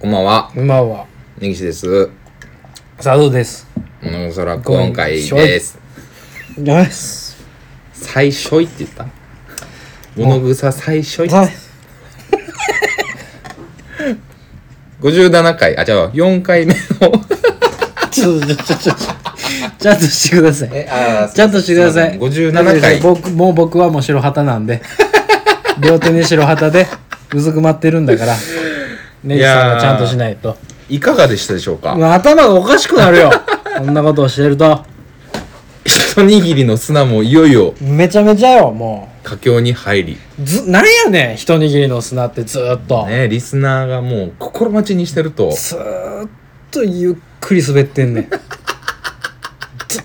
こんばんは、馬は根岸です。佐藤です。おそらく今回です。よ し。最初いって言った物草最初いはい。 57回、あ、じゃあ4回目の。ちょっと、ちょっと、ちょっと、ちゃんとしてください。あちゃんとしてください。 57回。僕、もう僕はもう白旗なん で。両手に白旗で、うずくまってるんだから。ネギさんがちゃんとしないと。いかがでしたでしょうかもう頭がおかしくなるよ。こんなことをしてると。一握りの砂もいよいよめちゃめちゃよ、も佳境に入り、う。ず、なんやねん、一握りの砂ってずーっと。ね、リスナーがもう心待ちにしてると、ずーっとゆっくり滑ってんねん ずっ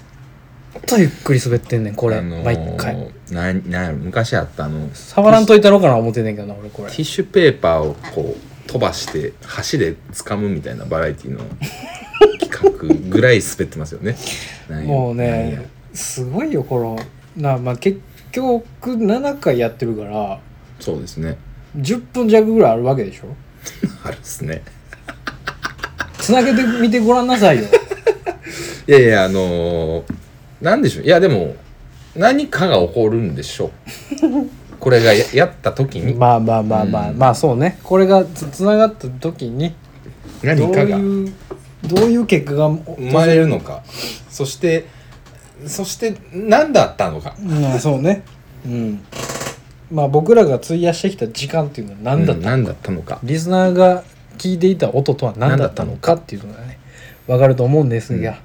とゆっくり滑ってんねんこれ、あのー毎回ななんやろ昔あったあの、テ触らんといたろうかな思ってんねんけどな俺これィッシュペーパーをこう飛ばして、箸で掴むみたいなバラエティの企画ぐらい滑ってますよね。なんや もうなんやねすごいよこのなまあ結局7回やってるからそうですね。 10分弱ぐらいあるわけでしょあるっすね。つなげてみてごらんな さいよいやいや、あのーなんでしょう。いや、でも、何かが起こるんでしょう。 これがややった時に、まあまあまあまあ、うんまあそうねこれがつつながった時にど何うかがいうどういう結果が生まれるのか。そして、そして何だったのか。うん、そうね。うん。まあ僕らが費やしてきた時間っていうのは何だっうんた、何だったのか。リスナーが聞いていた音とは何だったのかっていうのがね、わかると思うんですが、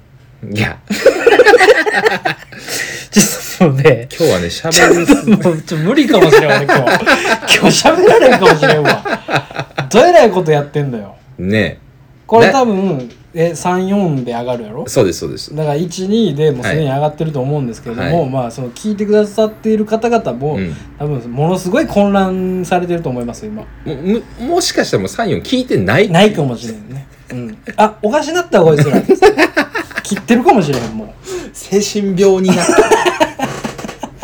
いや、ちょっとも うね、今日はね、喋る。も うちょっと無理かもしれん、俺今日。今日喋られんかもしれんわ。どえらいことやってんだよ。ねこれね多分、え、3、4で上がるやろそうです、そうです。だから1、2でもうすでに上がってると思うんですけれども、はいまあその聞いてくださっている方々も、うん多分ものすごい混乱されてると思います、今。もむもしかしたらもう3、4聞いてない。ないかもしれんね。うん。あ、おかしなったこいつら。切ってるかもしれん、も精神病になった。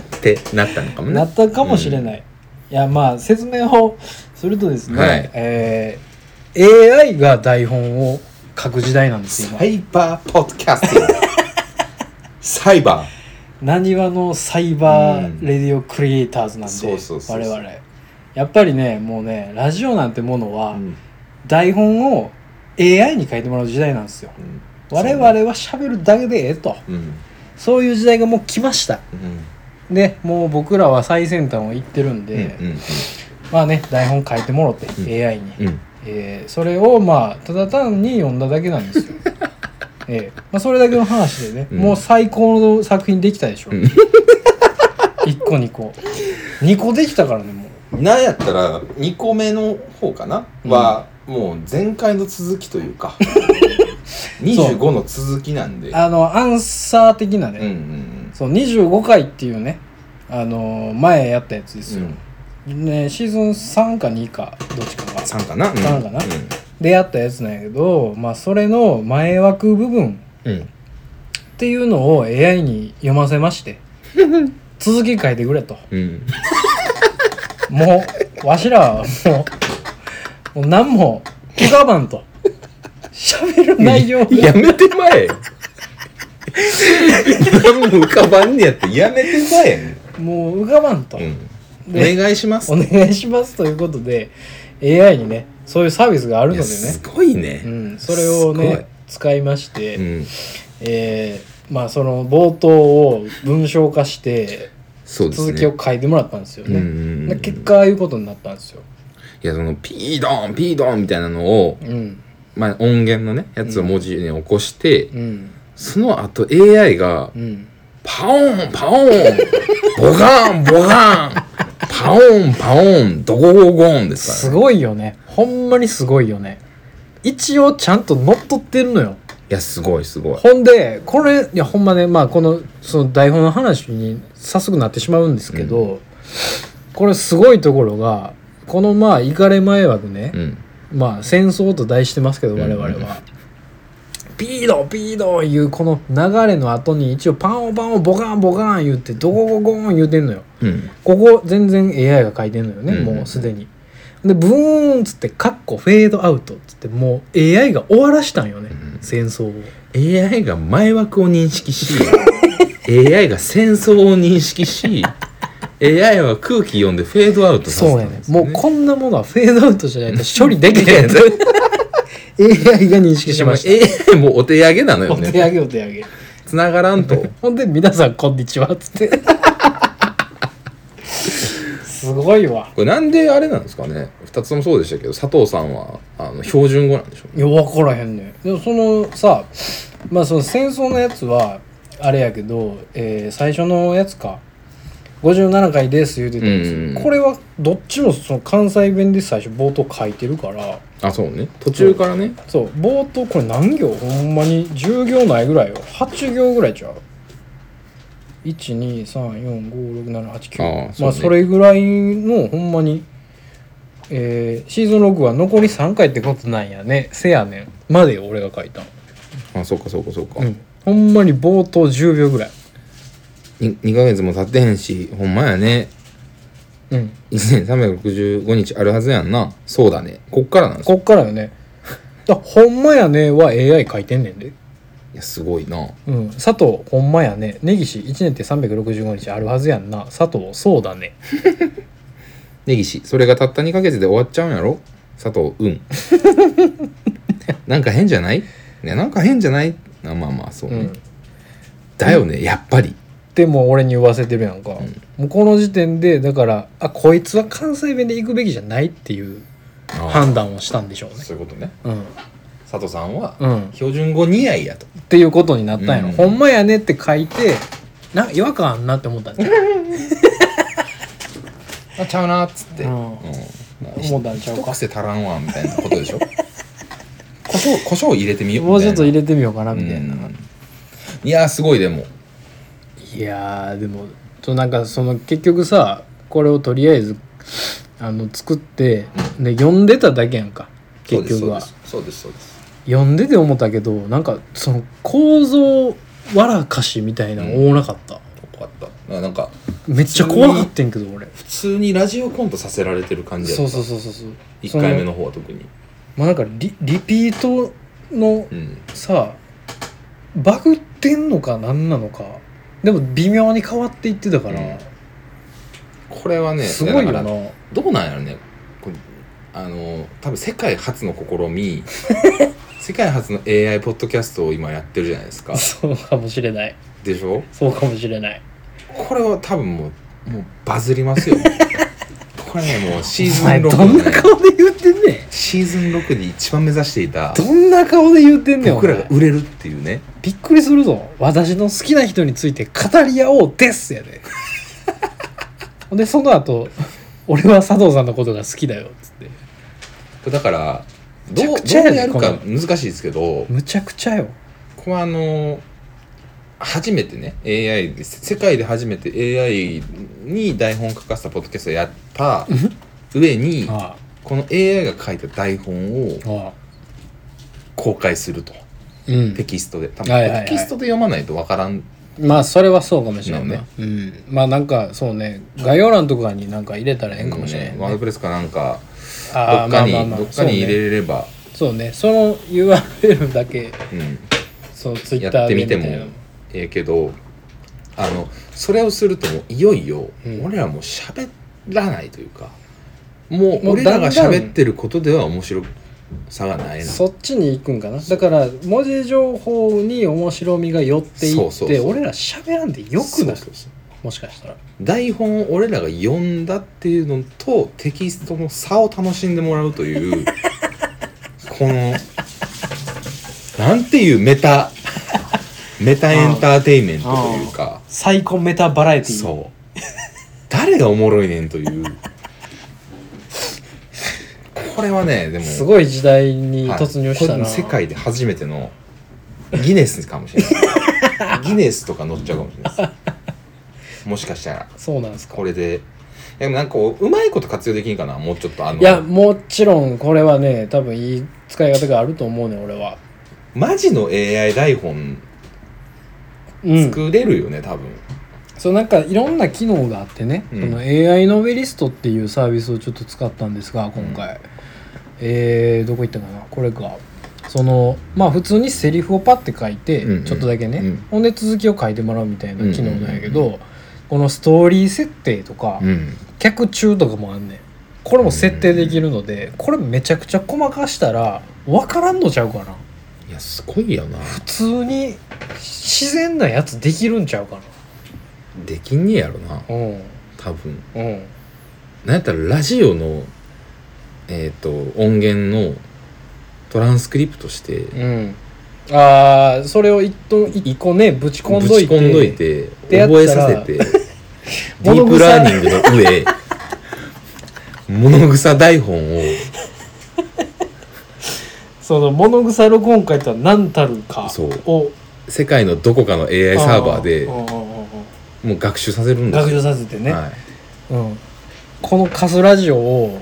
ってなったのかもう。ね。なったかもしれない。いや、まあ、説明をするとですね、はいえー AI が台本を書く時代なんです、今サ。イバーポッドキャスティング。サイバなにわのサイバーレディオクリエイターズなんで、そうそうそうそう我々。やっぱりね、もうね、ラジオなんてものは、ー。台本を AI に書いてもらう時代なんですよ。うん我々は喋るだけでええと。うん。そういう時代がもう来ました。うん。ね、もう僕らは最先端を行ってるんうん。うで、ん。まあね台本書いてもろって、ん AI に、うん。えーそれをまあただ単に読んだだけなん ですよ、えーまあ、それだけの話でね、うんもう最高の作品できたでしょ、 ん1個2個2個できたからねもうなんやったら2個目の方かな、うんはもう前回の続きという か25の続きなんであのアンサー的なね、うんうんそう25回っていうねあのー前やったやつでうすよ、んねシーズン3か2かどっちかが3かなうん三かなでやったやつなんやけどまあそれの前枠部分うん、うんっていうのを AI に読ませまして続き書いてくれとうん、も うわしらはもうもう何も浮かばんと喋る内容がやめてまえ何も浮かばんねやってやめてまえ、もう浮かばんと、うん、おで願いしますお願いしますということで AI にねそういうサービスがあるのいでやねすごいね、うん、それをすごいね使いまして、うん、えーまあその冒頭を文章化してそうですね続きを書いてもらったんですよね、うんうんうんで結果ああいうことになったんですよ、いやそのピードンピードンみたいなのを、うんまあ、音源のねやつを文字に起こして、うんその後 AI がうんパオンパオンボガンボガンパオンパオンドゴゴゴンですすから、ね、ごいよねほんまにすごいよね一応ちゃんと乗っ取ってるのよいやすごいすごいほんでこれいやほんまねまあこのその台本の話に早速なってしまうんですけど、これすごいところがこのまあいかれ前枠ねう、んまあ戦争と題してますけどうん我々は、うんピードピードいうこの流れの後に一応パンオパンオボカンボカン言ってドゴゴゴン言うてんのようんここ全然 AI が書いてんのよね、うんうんもうすでに。でブーンっつって「カッコフェードアウト」っつってもう AI が終わらしたんよね、ん戦争を AI が前枠を認識し AI が戦争を認識し AI は空気読んでフェードアウトさせそうたやんねですもようこんなものはフェードアウトじゃないと処理できへ ん AI が認識しでまもし AI もお手上げなのたよお手ね上げお手上げ繋がらんとほんで皆さんこんにちはっつって すごいわこれなんであれなんですかね2つともそうでしたけど佐藤さんはあの標準語なんでしょういや分からへんねでもそのさまあその戦争のやつはあれやけど、えー最初のやつか57回です言うてたやつ、うんうんうんこれはどっちもその関西弁で最初冒頭書いてるからあそうね途中からねそう冒頭これ何行ほんまに10行ないぐらいよ8行ぐらいちゃう123456789ああそうねまあそれぐらいのほんまに、えーシーズン6は残り3回ってことなんやねせやねんまでよ俺が書いたのあそうかそうかそうか、うん、ほんまに冒頭10秒ぐらい、に2ヶ月も経ってへんしほんまやねうん、 1365日あるはずやんなそうだねこっからなんですよこっからよねだほんまやねは AI 書いてんねんで、いやすごいなうん、佐藤ほんまやね根岸1年って365日あるはずやんな佐藤そうだね根岸それがたった2ヶ月で終わっちゃうんやろ佐藤うん なんか変じゃないねなんか変じゃないあまあまあそうね、うんだよねやっぱりでも俺に言わせてるやんか、もうこの時点でだからあこいつは関西弁で行くべきじゃないっていう判断をしたんでしょうねそういうことねうん、佐藤さんはうん、標準語似合いやとっていうことになったんやろ、うんほんまやねって書いてなんか違和感あんなって思ったんじゃうあちゃうなっつって、うん思ったんちゃうか一癖足らんわみたいなこと でしょ胡椒胡椒入れてみようもうちょっと入れれてみようかなみたいな、いやーすごいでもいやーでもとなんかその結局さこれをとりあえずあの作ってで読んでただけやんか結局はそうですそうです読んでて思ったけどなんかその構造わらかしみたいなの多なかった、怖かったなんかめっちゃ怖かったんけど俺普通にラジオコントさせられてる感じやったそうそうそうそうそう1回目その方は特にまあなんかリリピートのうんさバグってんのか何なのかでも微妙に変わっていってたから、うんこれはねすごいよだなからどうなんやろねこれあの多分世界初の試み 世界初の AI ポッドキャストを今やってるじゃないですかそうかもしれないでしょそうかもしれないこれは多分もうもうバズり ますよこれねもうシーズンお前どん6で、なね、顔で言ってんねんシーズン6で一番目指していたどんな顔で言ってんねんお僕らが前売れるっていうねびっくりするぞ私の好きな人について語り合おうです やでほんでその後俺は佐藤さんのことが好きだよっつってだからどうめちゃくちどゃやねうやるこかの難しいですけどむちゃくちゃよここはあの初めてね AI で世界で初めて AI に台本を書かせたポッドキャストをやった上にあこの AI が書いた台本をあああ公開するとうんテキストで多は分いはいはいテキストで読まないとわからんまあそれはそうかもしれないなねるうん、まあなんかそうね概要欄とかになんか入れたらええんかもしれない、ワードプレスかなんかどあっかあまあまあまにあどっかに入れれればそうねそうねその URL だけうんそのツイッタやーってでみてたいもなええけどあのそれをするともういよいようん俺らもう喋らないというか、もうもう俺らがだんだん喋ってることでは面白さがないなそっちに行くんかなだから文字情報に面白みが寄っていってそうそうそう俺ら喋らんでよくそうなそうるそうもしかしたら台本を俺らが読んだっていうのとテキストの差を楽しんでもらうという このなんていうメタメタエンターテインメントというか。最高メタバラエティそう誰がおもろいねんというこれはねでもすごい時代にはい突入したこれな、も世界で初めてのギネスかもしれ ないギネスとか乗っちゃうかもしれないですもしかしたらそうなんですかこれでいやでもなんかこううまいこと活用できんかなもうちょっとあのいやもちろんこれはね多分いい使い方があると思うね俺はマジの AI 台本うん作れるよね、多分そうなんかいろんな機能があってね、うんその AI ノベリストっていうサービスをちょっと使ったんですが今回、えーどこ行ったかなこれかそのまあ普通にセリフをパッて書いて、うんうんちょっとだけね、うんほんで続きを書いてもらうみたいな機能なんやけど、うんこのストーリー設定とか、うん客中とかもあんねんこれも設定できるので、これめちゃくちゃ細かしたら分からんのちゃうかないやすごいよな普通に自然なやつできるんちゃうかできんねやろななうん多分うんなんやったらラジオのえっ、と音源のトランスクリプトしてうんああそれを一個一個ねぶちぶ込んどちいて込んどいてでやっ覚たらえさせてディー物プ臭いラーニングの上物草台本をその物臭録音会とは何たるかそうを世界のどこかの AI サーバーでうんうんうんうんもう学習させるんです学よ習させてね、はいうん、このカスラジオを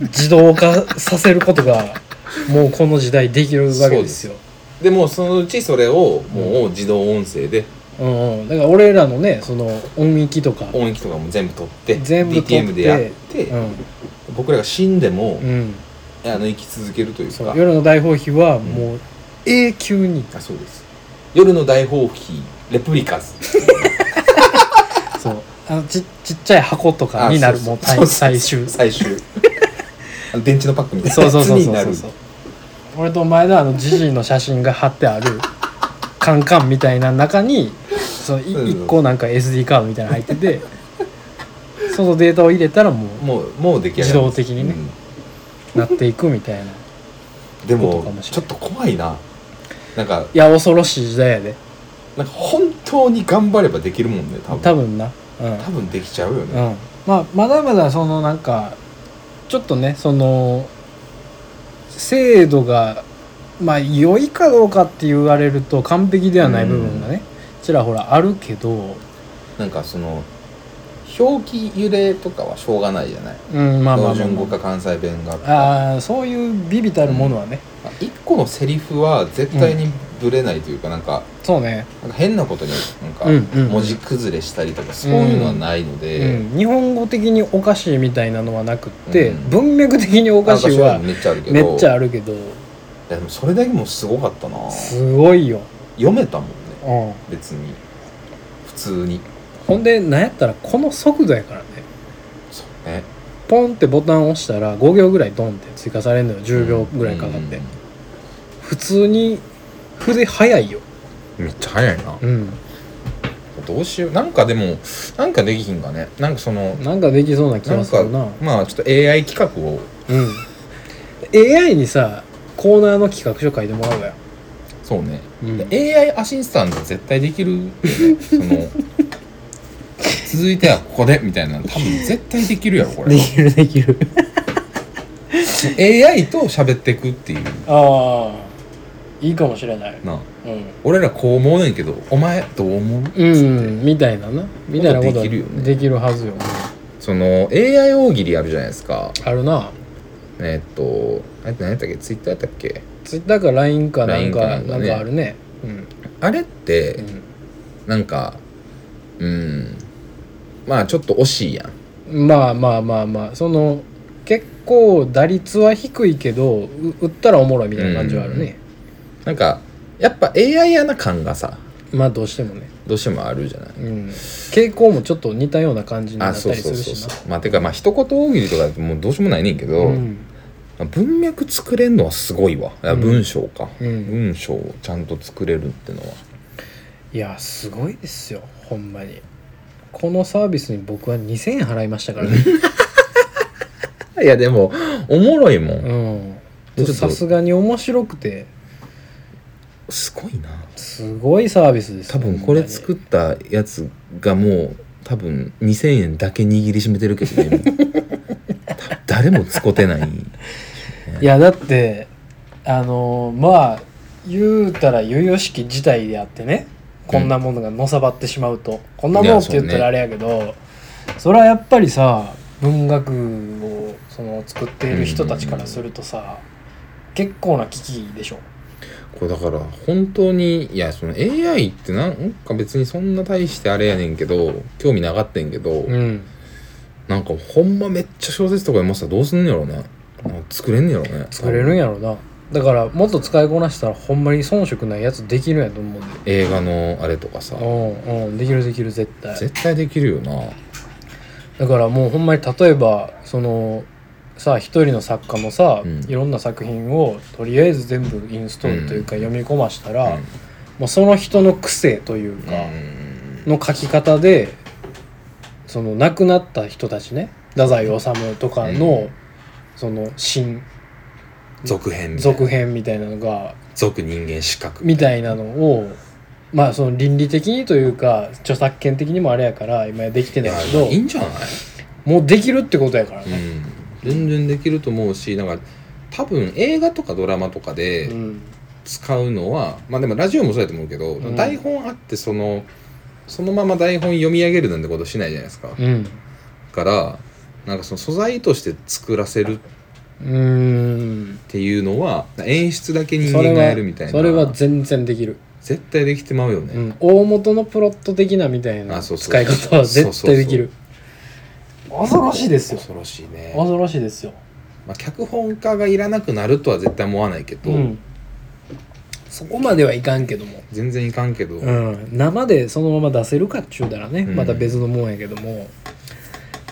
自動化させることがもうこの時代できるわけですよ。でもそのうちそれをもう自動音声でうんうん、だから俺らのねその音域とか、音域とかも全部取って全部取って DTM でやって、うん僕らが死んでも、うん、あの生き続けるというそかう夜の大放棄はもう永久に、あそうです夜の大放棄レプリカ ズそうあのちちっちゃい箱とかあになるそもううそう最最終最 終あの電池のパックみたいなそうやつそうそうにそなうるそう俺とお前のあのジジイの写真が貼ってあるカンカンみたいな中にそのいそうそう1個なんか SD カードみたいなの入っててそのデータを入れたらももうもう出来上がる自動的にねうなっていくみたいないうんでことかももしれちょなっいと怖いななんかや恐ろしい時代やでなんか本当に頑張ればできるもんね多分多分なうん、多分できちゃうようね、ん、まあまだまだそのなんかちょっとねその制度がまあ良いかどうかって言われると完璧ではない部分がね、ちらほらあるけどなんかその表記揺れとかはしょうがないじゃないうんまあまあまあ標準語か関西弁があーそういうビビたるものはね、あ一個のセリフは絶対にぶれないというか、なんかそうね、なんか変なことになんかうんうんうん文字崩れしたりとかそういうのはないので、うん、日本語的におかしいみたいなのはなくって、うん文脈的におなかんかしそういいうのはめっちゃあるけどめっちゃあるけどいやでもそれだけもすごかったなすごいよ、読めたもんねうん、別に普通にほんでなんやったらこの速度やからねそうねポンってボタンを押したら5秒ぐらいドンって追加されるのよ10秒ぐらいかかって、う普通に筆早いよ、んめっちゃ早いなうん、どうしようなんかでもなんかできひんかねなんかそのなんかできそうな気ながんするなかまあちょっと AI 企画をうん、AI にさコーナーの企画書書いてもらおうや、そうねうん、 AI アシスタント絶対できるよねそ の続いてはここでみたいなの多分絶対できるやろこれきるできる AI と喋ってくっていうああいいかもしれないなうん、俺らこう思うねんけどお前どう思ううん、みたいななみたいなことはできるよねできるはずよその AI 大喜利あるじゃないですかあるなえっとあれって何やったっけツイッターやったっけツイッターか LINE かなん LINE かかななんんか,、かねあるねうん、あれっうてんなんかうんまあちょっと惜しいやんまあまあまあまあその結構打率は低いけどう打ったらおもろいみたいな感じはあるね、なんかやっぱ AI やな感がさまあどうしてもね、どうしてもあるじゃないうん、傾向もちょっと似たような感じになあっそたうりそすうるそうしそなうまあてかまあ一言大喜利とかってもうどうしようもないねんけど、うん文脈作れんのはすごいわいやうん文章か、うん文章をちゃんと作れるってのはいやすごいですよほんまにこのサービスに僕は2000円払いましたから ねいやでもおもろいもん、ちょうっんとさすがに面白くてすごいなすごいサービスです多分これ作っったやつがもう多分2000円だけ握りしめてるけどね今 多分誰も使ってないいやだってあのーまあ言うたら由々しき事態であってねこんなものがのさばってしまうと、こんなものって言ったらあれやけどそれはやっぱりさ文学をその作っている人たちからするとさ、結構な危機でしょこれだから本当にいやその AI ってなんか別にそんな大してあれやねんけど興味なかってんけど、うんなんかほんまめっちゃ小説とか読ませたらどうすんのやろうねなんか作れんのやろうね作れるんやろなだからもっと使いこなしたらほんまに遜色ないやつできるんやと思うんで映画のあれとかさうんうんできるできる絶対絶対できるよなだからもうほんまに例えばそのさあ一人の作家のさ、うんいろんな作品をとりあえず全部インストールというか読み込ましたら、うんもうその人の癖といううか、んの書き方でその亡くなった人たちね太宰治とかうの、んその新続編続編みたいなのが続人間失格みたいなのをまあその倫理的にというか著作権的にもあれやから今やできていないやけいいどんじゃない、もうできるってことやからうね。ん、全然できると思うしなんか多分映画とかドラマとかでうん使うのは、まあでもラジオもそうやと思うけど、うん台本あってそのそのまま台本読み上げるなんてことしないじゃないですか、うんからなんかその素材として作らせるうーんっていうのは演出だけ人それ間がはやるみたいなそれは全然できる、絶対できてまうよね、うん、大元のプロット的なみたいなあそうそう使い方は絶対できる恐ろしいですよ恐ろしいね、恐ろしいですよ、まあ、脚本家がいらなくなるとは絶対思わないけど、うん、そこまではいかんけども、全然いかんけど、うん、生でそのまま出せるかっちゅうたらね、うんまた別のもんやけども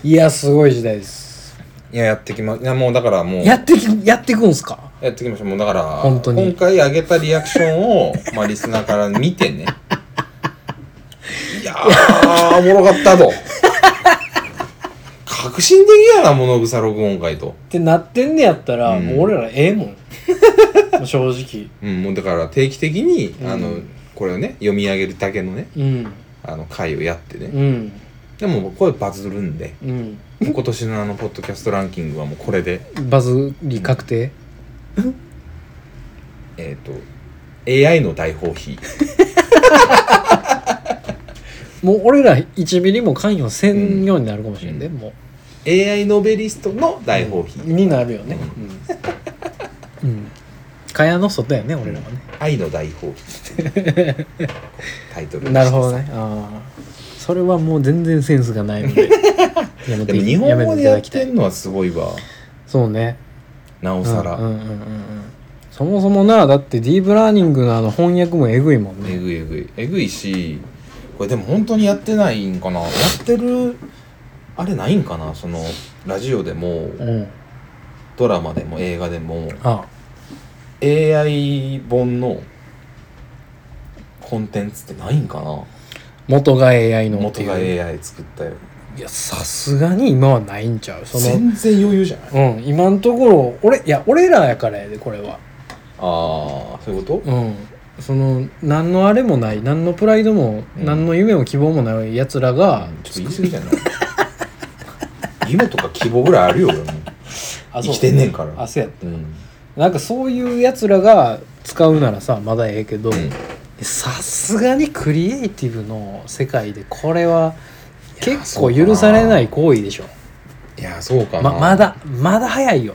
いやすごい時代ですいややってきまいやもうだからもうやってきやってくんすかやってきましょうもうだから本当に今回上げたリアクションをまあリスナーから見て ねいやーおもろかったと革新的やな物草録音会と。ってなってんねやったら、うんもう俺らええもんも う正直うん、もうだから定期的に、うんあのこれをね読み上げるだけのねうんあの回をやってね、うんでもこれバズるんでうんもう今年のあのポッドキャストランキングはもうこれでバズり確定、えっ、と AI の大放棄もう俺ら1ミリも関与せんようになるかもしれんね、うも AI ノベリストの大放う棄、になるよねうん、うん、蚊帳の外やね俺らはね、愛の大 放棄タイトルにしてさなるほどねああそれはもう全然センスがない のでやめでても日やめ本語でていたやだっきたていんのはすごいわそうねなおうんさうんら、うんうんうんそもそもなだってディープラーニングのあの翻訳もえぐいもんえねぐいえぐいえぐいしこれでも本当にやってないんかなやってるあれないんかなそのラジオでもうんドラマでも映画でもあ AI 本のコンテンツってないんかな元が AI のっ元ていうが AI 作ったよいやさすがに今はないんちゃうその全然余裕じゃないうん今のところ俺いや俺らやからやでこれはああそういうこうんその何のあれもない何のプライドも、うん何の夢も希望もないやつらとがうん、ちょっと言い過ぎじゃない夢とか希望ぐらいあるよ俺もあ生きてんねんからあそうやうんなんかそういうやつらが使うならさまだええけど、うんさすがにクリエイティブの世界でこれは結構許されない行為でしょいやそうかなままだまだ早いよ、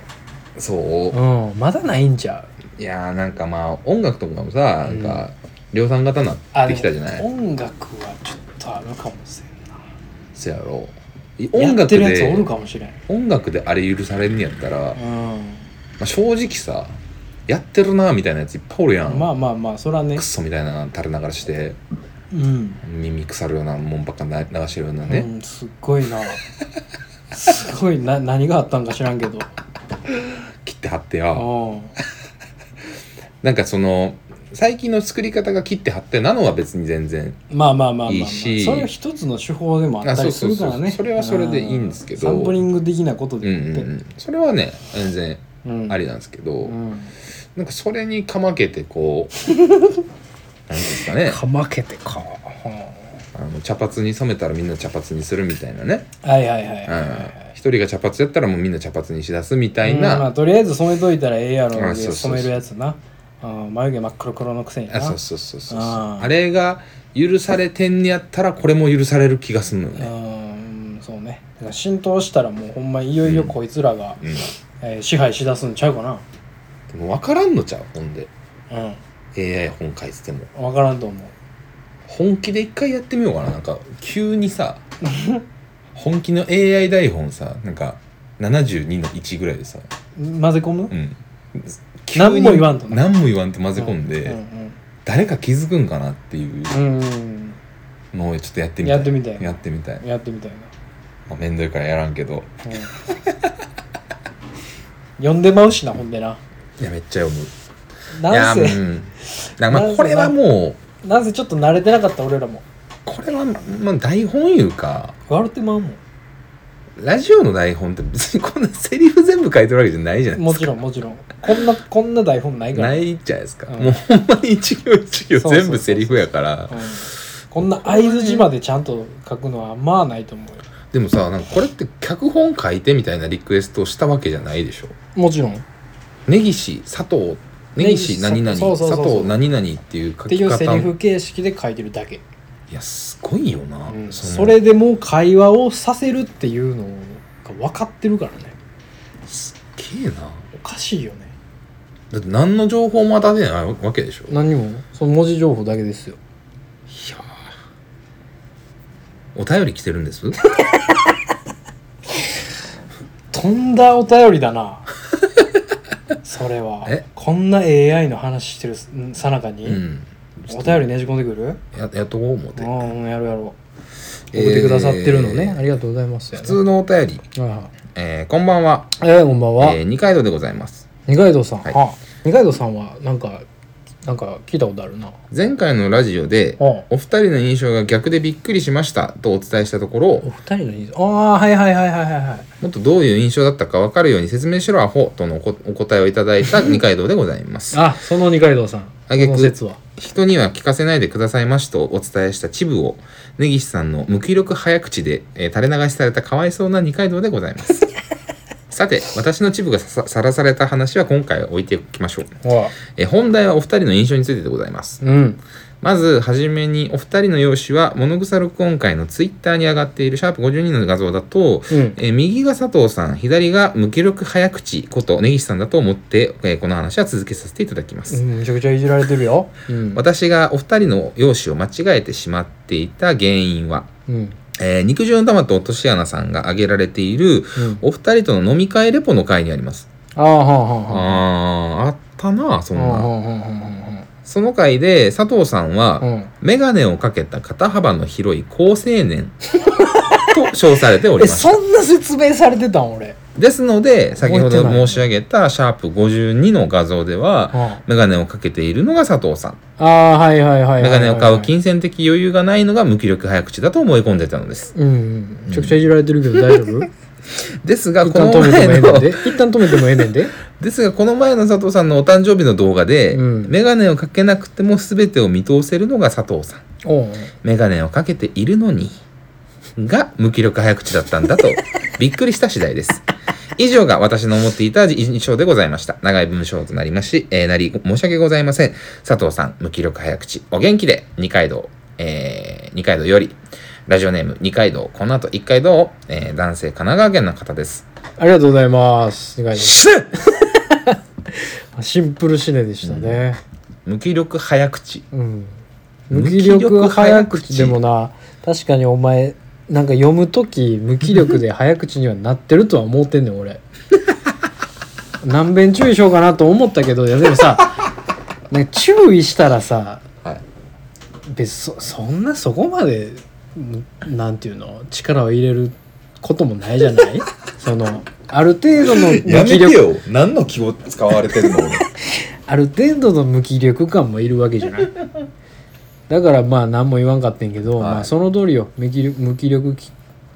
そううん、まだないんちゃういやーなんかまあ音楽とかもさなんか量産型になあってきたじゃない、でも音楽はちょっとあるかもしそやろいれん音なや楽ってるやつおでるかもしれん、音楽であれ許されんねやったら、まうんあ、正直さやってるなみたいなやついっぱいおるやん、まあまあまあそれはねクソみたいなの垂れ流してうん、耳腐るようなもんばっかな流してるようなね、うん、すっごいなすごいな何があったんか知らんけど切って貼ってようなんかその最近の作り方が切って貼ってなのは別に全然んまあまあまあまあ、まあ、いいしそれは一つの手法でもあったりするからあねそうそうそうそれはそれでいいんですけどうサンプリング的なことうんでうん、うん、それはね全然うんありなんですけど、うんなんかそれにかまけてこう なんていうんですかねかまけてか、うんあの茶髪に染めたらみんな茶髪にするみたいなねはいはいはいうんはい一人が茶髪やったらもうみんな茶髪にしだすみたいうんまな、あ、とりあえず染めといたらええやろあでそうそうそう染めるやつなうん眉毛真っ黒黒のくせになあそうそうそうそうそうああーれが許されてんねやったらこれも許される気がすんのよね、うんそうねだから浸透したらもうほんまいよいよこいつらが、うんえー支配しだすんちゃうかなでも分からんのちゃうほんでうん AI 本書いてても分からんと思う本気で一回やってみようかななんか急にさ本気の AI 台本さなんか72の1ぐらいでさ、混ぜ込む、うん、何も言わんとな何も言わんと混ぜ込んで、うん誰か気づくんかなっていううん、うんのをちょっとやってみたいやってみたいやってみたいうんやってみたいな、まあ、面倒いからやらんけどうん、呼んでまうしなほんでないやめっちゃ読むいなやんせうん、だからまなあんせこれはもうなんせちょっと慣れてなかった俺らもこれは、まあ、台本いうか笑ってまう もんラジオの台本って別にこんなセリフ全部書いてるわけじゃないじゃないもですちかろんもちろんこんなこんな台本ないからないじゃないですか、うんもうほんまに一行一行そうそうそう全部セリフやからうんこんな相図字までちゃんと書くのはまあないと思うよでもさなんかこれって脚本書いてみたいなリクエストをしたわけじゃないでしょもちろんっ根岸佐藤根岸何々そうそうそう佐そう藤何々っていう書てきいうセ方リフ形式で書いてるだけ、いやすごいよな、うんのそれでもう会話をさせるっていうのが分かってるからねすっげえなおかしいよねだって何の情報も当たってないわけでしょいや何もその文字情報だけですよーお便り来てるんですとんだお便りだ なそれはえこんな AI の話してるさなかに、うんお便りねじ込んでくるややっとこう思ってうんやろうやろう送ってくださってるのね、えーありがとうございます普通のお便り、はいはいえーこんばんは、えー、こんばんは、えー、二階堂でございます二階堂さん、はいあ二階堂さんはなんかなんか聞いたことあるな前回のラジオでおお二人の印象が逆でびっくりしましたとお伝えしたところお二人のいいああはいはいはいはいはいはいもっとどういう印象だったか分かるように説明しろアホとのおこお答えをいただいた二階堂でございますあその二階堂さんあげくその説は人には聞かせないでくださいましとお伝えしたチブを根岸さんの無気力早口で、えー垂れ流しされたかわいそうな二階堂でございますさて私のチブがさささらされた話は今回は置いておきましょうほらえー本題はお二人の印象についてでございますうんまずはじめにお二人の容姿は物草録音会のツイッターに上がっているシャープ52の画像だと、うんえー右が佐藤さん左が無気力早口こと根岸さんだと思って、えーこの話は続けさせていただきまうす、んめちゃくちゃいじられてるようん私がお二人の容姿を間違えてしまっていた原因は、うんえー肉汁の玉と落とし穴さんが挙げられているうんお二人との飲み会レポの会にありますあーはあはあはああーあったなそんうんうんなうんうんその回で佐藤さんは、うんうんメガネをかけた肩幅の広い高青年と称されており えましたそんな説明されてたん俺ですので先ほ覚えどてない申し上げたシャープ52の画像ではあメガネをかけているのが佐藤さんあーはいはいはいはメいはいはいガネを買う金銭的余裕がないのが無気力早口だと思い込んでたのですうんうんめちゃくちゃいじられてるけど大丈夫ですが一こ旦の止めてもえ前えねんでの一旦止めてもええねんで ですがこの前の佐藤さんのお誕生日の動画でうんメガネをかけなくても全てを見通せるのが佐藤さんおうメガネをかけているのにが無気力早口だったんだとびっくりした次第です以上が私の思っていた印象でございました長い文章となりまし、えーなり申し訳ございません佐藤さん無気力早口お元気で二階堂えー二階堂よりラジオネーム二階堂この後一階堂を、えー男性神奈川県の方ですありがとうございます。二階堂 シンプルシネでしたね。無気力早口うん。無無気気力力早早口口でもな、確かにお前、なんか読むとき、無気力で早口にはなってるとは思ってんねん、俺。 何遍注意しようかなと思ったけど、いやでもさ、なんか注意したらさ、はい別にそそんなそこまでむなんていうの力を入れることもないじゃないそのある程度の無気力よ何の気を使われてるのある程度の無気力感もいるわけじゃないだからまあ何も言わんかってんけど、はいまあその通りよ無気力無気力き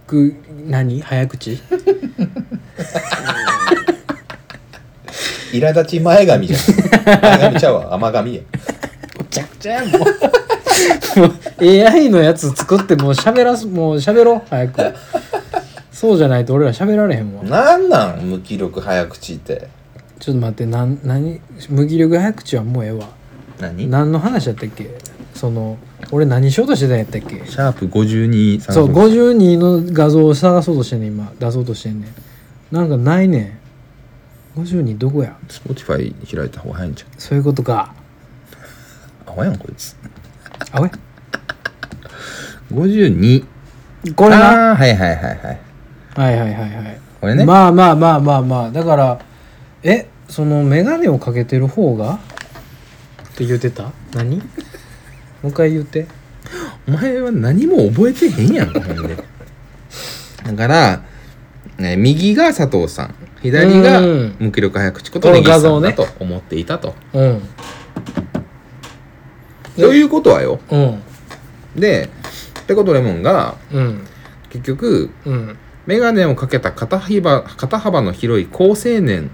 く何早口 苛立ち前髪じゃん前髪ちゃうわ甘髪やむちゃくちゃやもうもう AI のやつ作ってもう喋らすもう喋ろう早くそうじゃないと俺ら喋られへんわなんなん無気力早口ってちょっと待ってなん何無気力早口はもうええわ何何の話やったっけその俺何しようとしてたんやったっけシャープ52さんそう52の画像を探そうとしてんねん今出そうとしてんねんなんかないねん52どこや Spotify 開いた方が早いんじゃそういうことかホやんこいつあおい52これなああはいはいはいはいはいはいはいはいこれね、まあまあまあまあまあだからえその眼鏡をかけてる方がって言ってた何もう一回言ってお前は何も覚えてへんやんかほん でだから、ね、右が佐藤さん左がうん無気力早口こと根岸さんだと思っていたと、うんということはようんでってことレモンがうん結局うん眼鏡をかけた肩幅肩幅の広い好青年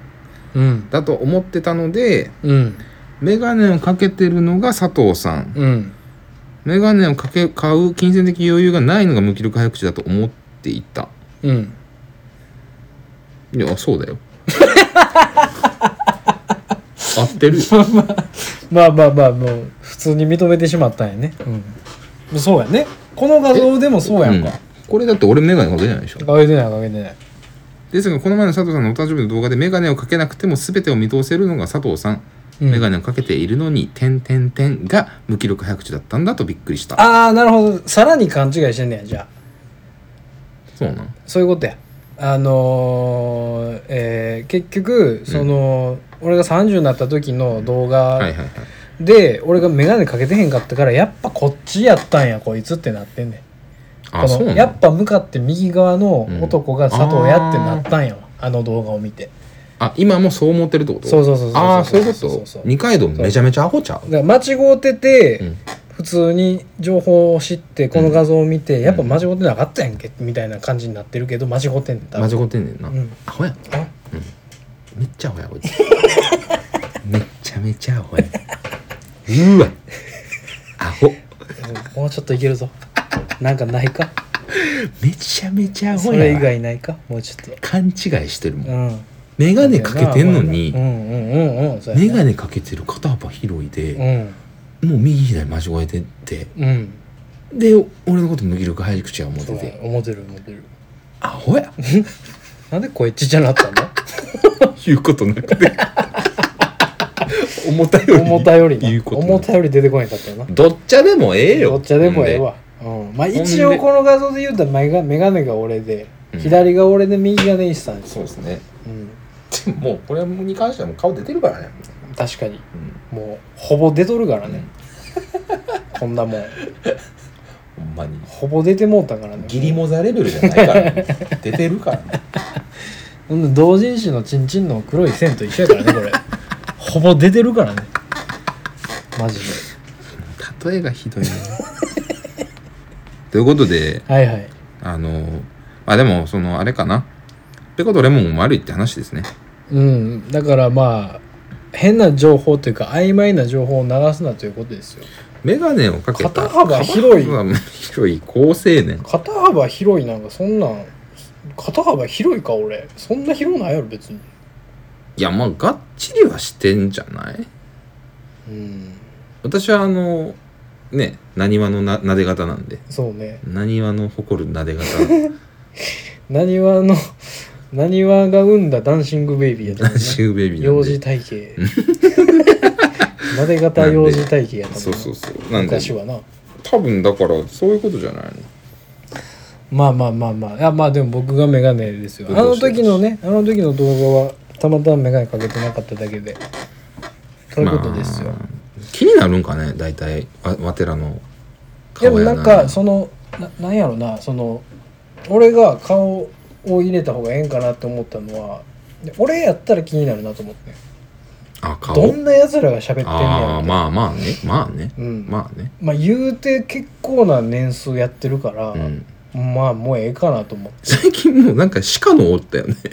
うんだと思ってたのでうん眼鏡をかけてるのが佐藤さんうん眼鏡をかけ買う金銭的余裕がないのが無気力早口だと思っていたうんいやそうだ よ合ってるよまあまあまあもう普通に認めてしまったんやねうんそうやねこの画像でもそうやんうんかこれだって俺眼鏡かけてないでしょかけてないかけてないですがこの前の佐藤さんのお誕生日の動画で眼鏡をかけなくても全てを見通せるのが佐藤さんうん眼鏡をかけているのに「点点点」が無気力早口だったんだとびっくりしたああなるほどさらに勘違いしてんねやじゃあそうなんそういうことやあのーえー結局その、俺が30になった時の動はい画はいはいで、俺が眼鏡かけてへんかったからやっぱこっちやったんやこいつってなってんねんあこそうのなんやっぱ向かって右側の男が佐藤やってなったんやわ、あの動画を見てあ今もそう思ってるってことそうそうそうそうああそういうこそうそうそとう二階堂めちゃめちゃアホちゃうだから間違うてて、うん普通に情報を知ってこの画像を見て、やっぱ間違ってなかったやんけみたいな感じになってるけど間違ってんねん多間分違ってんねんなうんアホやんあめっちゃアホやこいつ めっちゃめちゃアホやうわアホもうちょっといけるぞなんかないかめちゃめちゃアホそれ以やわ外ないかもうちょっと勘違いしてるもんうん眼鏡かけてんのにうんうんうんうんそうや眼な鏡かけてる肩幅広いでもう右左間違えててうんうんで俺のこと無気力早口や思っそてうやて思ってる思ってるアホやなんで声ちっちゃなったん だいうことなくて思ったより思ったよりな言うことな思ったより出てこへんかったよなどっちゃでもええよどっちでもええわうんまあ一応この画像で言うたら眼鏡が俺でうん左が俺で右が根岸さんですそうですねうんでももうこれに関してはもう顔出てるからね、確かにうん、もうほぼ出とるからねこんなもんほんまにほぼ出てもうたからねギリモザレベルじゃないから、 ね、出てるからねほんで同人誌のチンチンの黒い線と一緒やからね これほぼ出てるからねマジで例えがひどいねということではいはいあのあでもそのあれかなペコとレモンも悪いって話ですねうんだからまあ変な情報というか曖昧な情報を流すなということですよメガネをかけた肩幅広い肩幅広い高青年肩幅広いなんかそんなん肩幅広いか俺そんな広ないやろ別にいやまあがっちりはしてんじゃないうん私はあのねなにわのななで方なんでそうねなにわの誇るな で方なにわのなにわが生んだダンシングベイビーやったもんラねンシューベイビーなん幼で児体系なで型幼児体系やったもんそうそなうそうなんで昔はな多分だからそういうことじゃないのまあまあまあまあいやまあでも僕がメガネですよどうあのぞ時のねあの時の動画はたまたまメガネかけてなかっただけでそういうことですよ、まあ気になるんかね大体わわてらので顔もやなんかそのななんやろなその俺が顔を入れた方がええんかなって思ったのはで俺やったら気になるなと思ってあ顔どんなやつらが喋ってんねやあろあみたいなまあまあねまあね、うんまあねまあ言うて結構な年数やってるから、うんまあもうええかなと思っ最近もうなんか鹿のおったよねて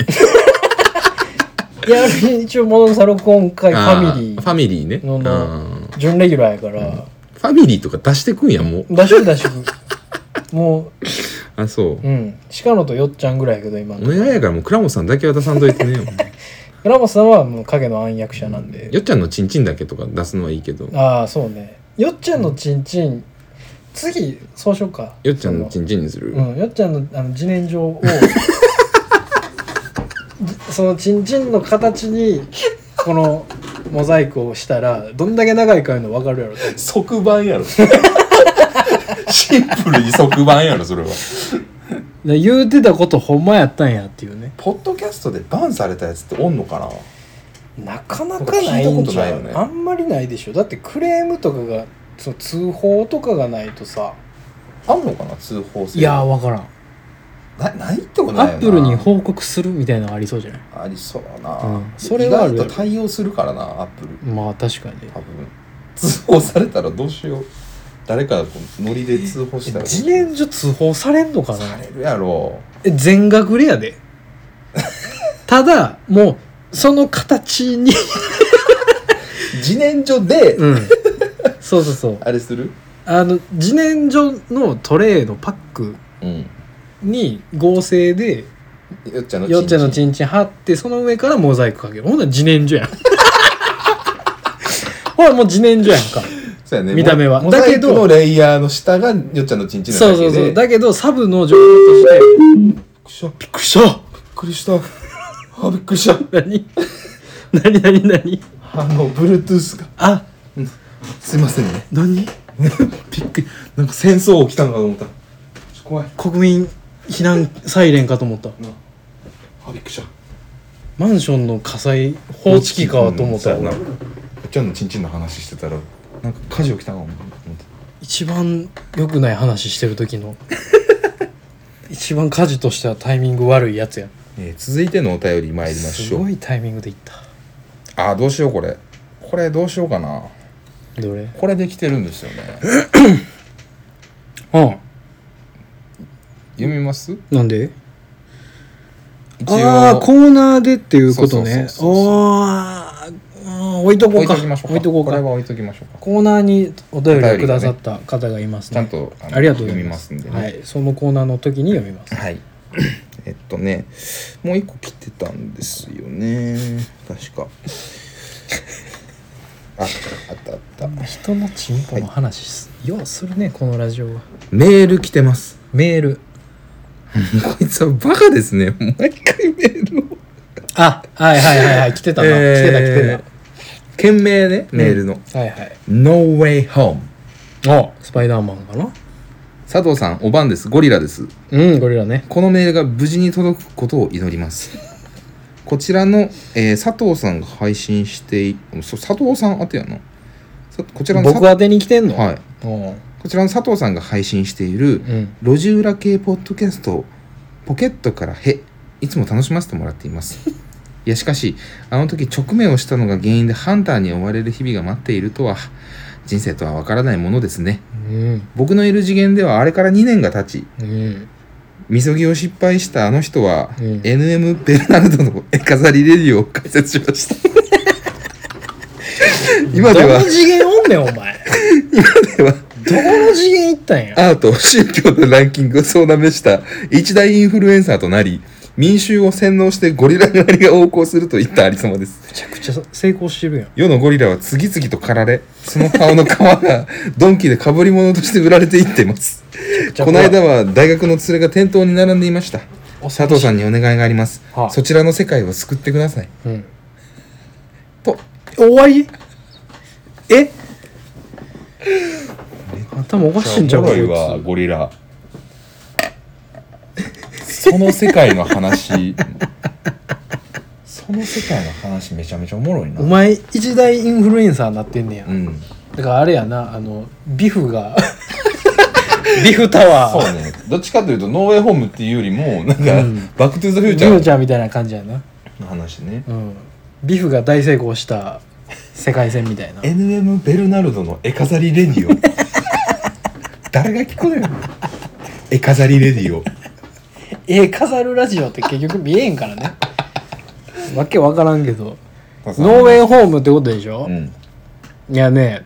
いや一応「モノサロ今回ファミリあファーミリーねのあのー」準レギュラーやから、ファミリーとか出してくんやもう出しとく出しとくもあそうううん鹿野とよっちゃんぐらいやけど今お願いやからもう倉本さんだけは出さんといて ね倉本さんはもう影の暗躍者なんで、よっちゃんのチンチンだけとか出すのはいいけどああそうねよっちゃんのちんちん次そうしようかよっちゃんのチンチンにする、そのうんよっちゃんのあの自然薯 をそのちんちんの形にこのモザイクをしたらどんだけ長いかいうの分かるやろと即番 やろシンプルに即番やろそれはで言うてたことほんまやったんやっていうねポッドキャストでバンされたやつっておんのかななかなかないんじゃ聞いたうことないよねあんまりないでしょだってクレームとかがその通報とかがないとさあんのかな通報制いやー分からんなないってことなアいよなップルに報告するみたいなのありそうじゃないありそうだな、うんそれはある意外と対応するからなアップルまあ確かにね多分通報されたらどうしよう誰かこうノリで通報したら自然所通報されんのかなされるやろえ全額レアで ただもうその形に、自然所で、うん、 そうそうそうあれするあの自然薯のトレーのパックうんに合成でよっちゃんのよっちゃんのんチンチン貼ってその上からモザイクかけるほんなら自然薯やんほらもう自然薯やんかそうやね見た目はモモザイクだけどのレイヤーの下がよっちゃんのチンチンなそうそうそうだけどサブの情報としてくしょびっびっくりしたくりしたあびっくりした何何何何あの Bluetooth があすいませんね 何びっくりなんか戦争起きたのかと思ったちょっと怖い国民避難サイレンかと思ったなあびっくりしたマンションの火災放置機かと思ったよ、うんそうやな俺よっちゃんのチンチンの話してたらなんか火事起きたのかと思った一番良くない話してる時の一番家事としてはタイミング悪いやつやえー続いてのお便り参りますしょごういタイミングでいったあーどうしようこれこれどうしようかなどれこれできてるんですよねうん読みますなんで一ああーコーナーでっていうことねそうそうそうそうおーうん置いとこ置ういかときましょうか置いとこうこれかは置いときましょうかコーナーにお便お便りりがをねくださった方がいますちゃんねとあのありがとうござ読いみまますすんでねはいそのコーナーの時に読みますはい、 えっとねもう一個来てたんですよね確かああったあった人のチンポの話す、ようするねこのラジオはメール来てますメ ールこいつはバカですね毎回メールをあはいはいはいはい来てた な、えー来てた来てた件名ねメールのはいはい。 「No Way Home あスパイダーマンかな」佐藤さんおばんですゴリラですうん、ゴリラね。このメールが無事に届くことを祈ります。 こちらの、えー佐藤さんが配信してい、そ佐藤さん宛てやな。さこちらのさ僕宛てに来てんのはい。うん。こちらの佐藤さんが配信している、うん。路地裏系ポッドキャスト、ポケットからへ、いつも楽しませてもらってい ます。いや、しかし、あの時直面をしたのが原因でハンターに追われる日々が待っているとは、人生とはわからないものですね。うん。僕のいる次元ではあれから2年が経ち、うん。みそぎを失敗したあの人は、うん NM ベルナルドの絵飾りレディオを解説しま した今ではどの次元おんねん、お前。ではどの次元行ったんや。アート宗教のランキングを総なめした一大インフルエンサーとなり民衆を洗脳してゴリラ狩りが横行するといったありさまですめちゃくちゃ成功してるやん。世のゴリラは次々と狩られその顔の皮 がドンキで被り物として売られていっています この間は大学の連れが店頭に並んでいました佐藤さんにお願いがあります、はあそちらの世界を救ってくださいうん。と終わりえ頭おかしいんちゃうおかもろいわこいゴリラその世界の話その世界の話めちゃめちゃおもろいつなお前一大インフルエンサーになってんねや、うんだからあれやなあのビフが ビフタワーそうねどっちかというとノーウェイホームっていうよりもなんか、うんバック・トゥ・ザ・フューチジャョーーちゃんみたいな感じやな、の話ねうん、ビフが大成功した世界戦みたいな NM ベルナルドの絵飾りレディオ誰が聞くのよ絵飾りレディオ絵飾るラジオって結局見えへんか らねわけわからんけどノーウェイホームってことでしょう、んいやね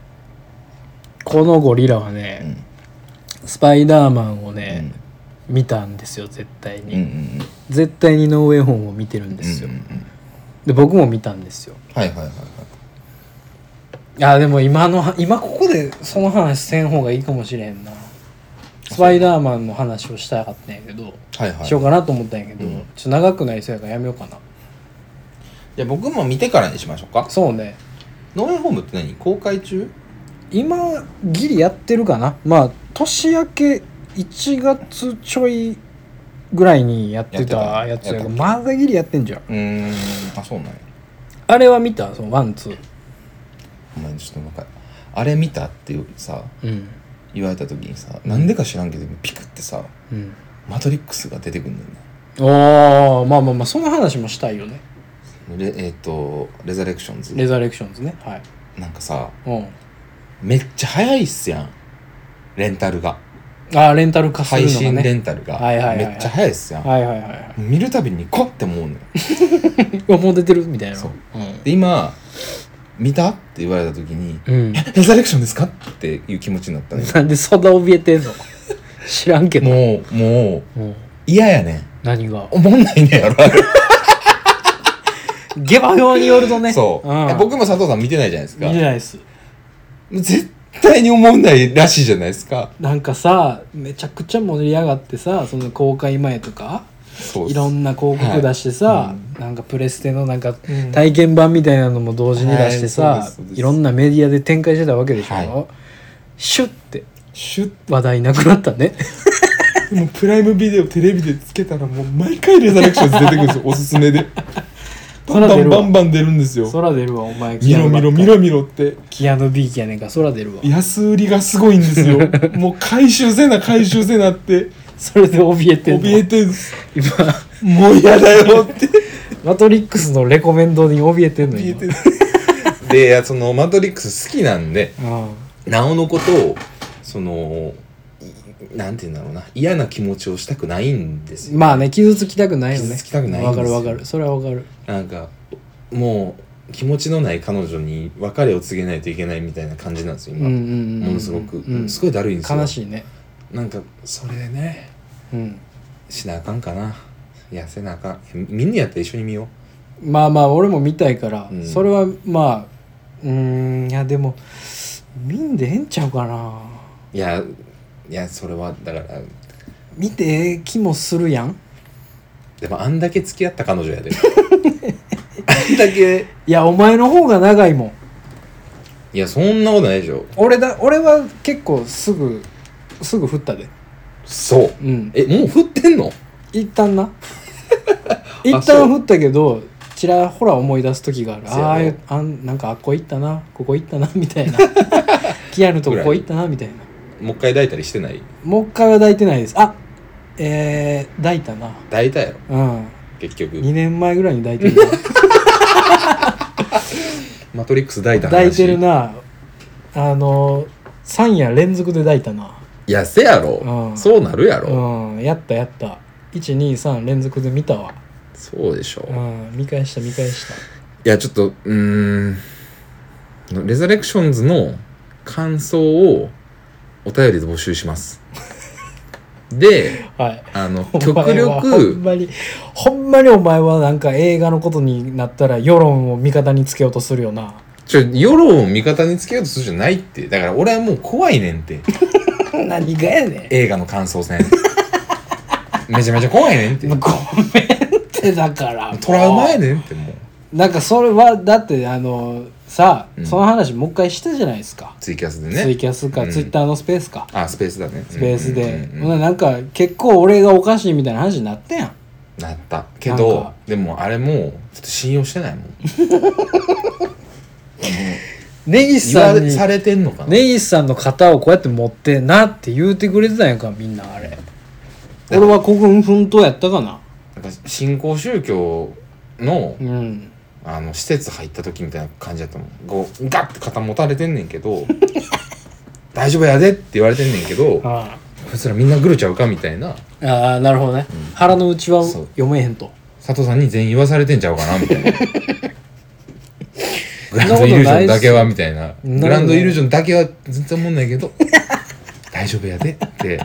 このゴリラはうね、んスパイダーマンをうんね、見たんですよ絶対うんに、うんうん絶対にノーウェイホームを見てるんですよ、うんうんうんで僕も見たんですよはいはいはいはいいやでも今の今ここでその話せん方がいいかもしれんなスパイダーマンの話をしたかったんやけどはいはいしようかなと思ったんやけど、うんちょっと長くなりそうやからやめようかなじゃあ僕も見てからにしましょうかそうね農園ホームって何公開中今ギリやってるかなまあ年明け1月ちょいぐらいにやってたややってつたややったけどっけまだギリやってんじゃんうーんあそうなんやあれは見たそのワンツーお前ちょっとなんかあれ見たっていうさうん言われた時にさなんでか知らんけどピクってさうんマトリックスが出てくるんだよねああまあまあまあその話もしたいよねレえっ、とレザレクションズレザレクションズねはいなんかさうめっちゃ早いっすやんレンタルがんああレンタル化する配のが信レねンタルが、はいはいはいはいめっちゃ早いっすやん、はいはいはいはい見るたびにこって思うのようわもう出てるみたいなそううで今見たって言われた時にん、うん、 「レザレクションですか?」っていう気持ちになった ねなんでそんな怯えてんの知らんけどもうもううん嫌やねん何がおもんないねやろあれ下馬評によるとねそう、ん、僕も佐藤さん見てないじゃないですか見れないです絶対におもんないらしいじゃないですかなんかさめちゃくちゃ盛り上がってさその公開前とかそういろんな広告出してさ、はいなんかプレステのなんかうん体験版みたいなのも同時に出してさ、はいそうですそうでい、すろんなメディアで展開してたわけでしょ、はシュッてシュッ話題なくなったねもうプライムビデオテレビでつけたらもう毎回レザレクションズ出てくるん ですよおすすめでバン空バ出ンるわバンバン出るんですよ空出るわお前見ろ見ろ見ろ見ろってキアヌ・ビーキやねんから空出るわ安売りがすごいんです よもう回収せな回収せなってそれで怯えてんの怯えてんす今もう嫌だよってマトリックスのレコメンドに怯えてんの怯え今てんすでその「マトリックス」好きなんでうんなおのことをそのいなんて言うんだろうな嫌な気持ちをしたくないんですよまあね傷つきたくないよね傷つきたくないんですよわかるわかるそれはわかるなんかもう気持ちのない彼女に別れを告げないといけないみたいな感じなんですようんう今、んうんうんものすごく、うんすごいだるいんですよ悲しいねなんかそれでねうんしなあかんかないやせなあかんいやみんなやったら一緒に見よまあまあ俺も見たいから、うんそれはまあうーんいやでも見んでええんちゃうかなういやいやそれはだから見てええ気もするやんでもあんだけ付き合った彼女や であんだけいやお前の方が長いもんいやそんなことないでしょ俺だ俺は結構すぐすぐ振ったでそううんえもう振ってんの一 旦な一そう旦振ったけどちらほら思い出す時があるそうやろああいうあんなんかあっこ行ったなここ行ったなみ たいなキアヌとここ行ったなみたいなもう一回抱いたりしてないもう一回は抱いてないですあえー、抱いたな抱いたやろうん結局2年前ぐらいに抱いてるなマトリックス抱いた話抱いてるなあの3夜連続で抱いたないやせやろ、うんそうなるやろ、うんやったやった123連続で見たわそうでしょ、ういん見返した見返したやちょっとうーんレザレクションズの感想をお便りで募集します ではいあのお極前はほん力まにほんまにお前はなんか映画のことになったら世論を味方につけようとするよな ちょ世論を味方につけようとするじゃないってだから俺はもう怖いねんって何がやね映画の感想 戦めちゃめちゃ怖いねんってごめんってだからトラウマやねんってもうなんかそれはだってあのさ、うんその話もう一回したじゃないですか、ツイキャスでツイねキャスか、うんツイッターのスペースかあスペースだねスペースで、うんうんうんうんほんならなんか結構俺がおかしいみたいな話になったやんなったけなんどかでもあれもうちょっと信用してないもん根岸言さわんれにされてんのかな、根岸さんの型をこうやって持ってなって言うてくれてたんやんかみんなあれら俺はここ奮闘やったかななんか新興宗教のうんあの施設入った時みたいな感じだったもんこうガッて肩持たれてんねんけど 大丈夫やでって言われてんねんけどこあいつらみんなグルちゃうかみたいなあああなるほどね、腹の内はそう読めへんと佐藤さんに全員言わされてんちゃうかなみた いなグランそんなこドとイルジなョいンっすだけはみたいなそんなことないグランドイルジョンだけは全然思んないけ ど大丈夫やでって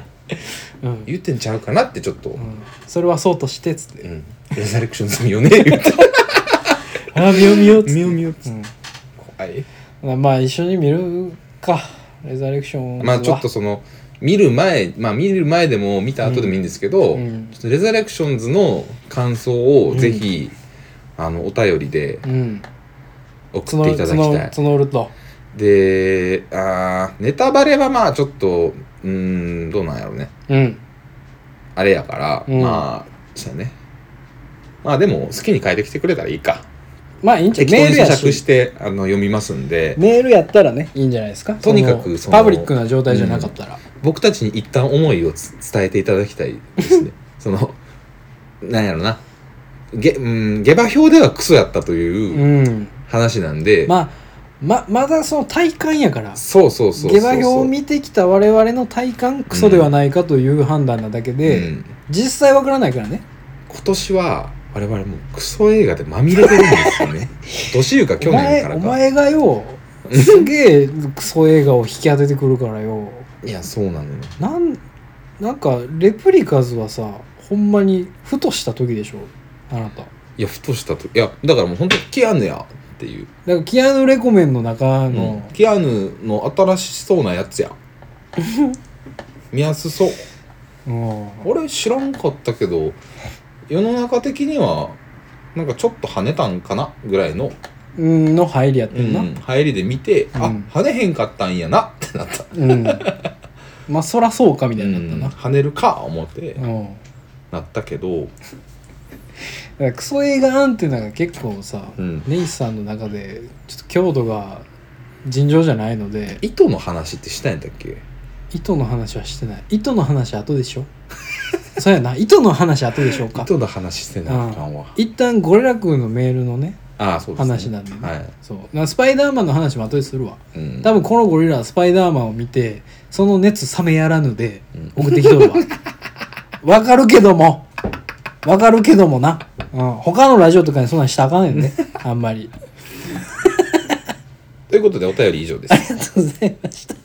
うん、言ってんちゃうかなってちょっと、うんそれはそうとしてっつってうん、レザレクション済みよ ね言って「ああ見よう見よう」っつってみよみようん怖いまあ一緒に見るかレザレクションはまあちょっとその見る前まあ見る前でも見た後でもいいんですけど、うんちょっとレザレクションズの感想をぜひ、あのお便りでうん送ってい募たるだきたい募るとであーネタバレはまあちょっとうーんどうなんやろうねうんあれやから、うんまあそうやねまあでも好きに書いてきてくれたらいいかまあいいんじゃ適ない当メーにル咀や嚼ししてあの読みますんでメールやったらねいいんじゃないですかとにかくそそののパブリックな状態じゃなかったら、僕たちに一旦思いをつ伝えていただきたいです ねそのなんやろなげうん下馬評ではクソやったといううん話なんで、まあままだその体感やからそうそうそうそうそう下馬評を見てきた我々の体感クソではないかという判断なだけで、うん実際わからないからね今年は我々もうクソ映画でまみれてるんですよ ね今年いうか去年お前からおか前がよすげえクソ映画を引き当ててくるからよいやそうなのよなんなんかレプリカズはさほんまにふとした時でしょあなただかいやふとしたといやだからもう本当キアヌやっていう、らキアヌ・レコメンの中うんの、キアヌの新しそうなやつ や見やすそううん俺知らんかったけど世の中的にはなんかちょっと跳ねたんかなぐらいの、うんの入りやってうんな、ん、入りで見て、あうん跳ねへんかったんやなってなったうんまあそらそうかみたいになった跳ねるか思ってな、うん、だなったけど、からクソ映画アンテナが結構さ、うん、ネイスさんの中でちょっと強度が尋常じゃないので糸の話ってしたんやったっけ糸の話はしてない糸の話後でしょそうやな糸の話後でしょうか糸の話してなあかんわ一旦ゴリラ君のメールのねああそうです、ね、話なんでね、はい、そうだからスパイダーマンの話も後でするわうん、多分このゴリラはスパイダーマンを見てその熱冷めやらぬでうん送ってきとるわ わかるけどもわかるけどもな、うん、他のラジオとかにそんなんしたらあかん ねんねあんまりということでお便り以上ですありがとうございました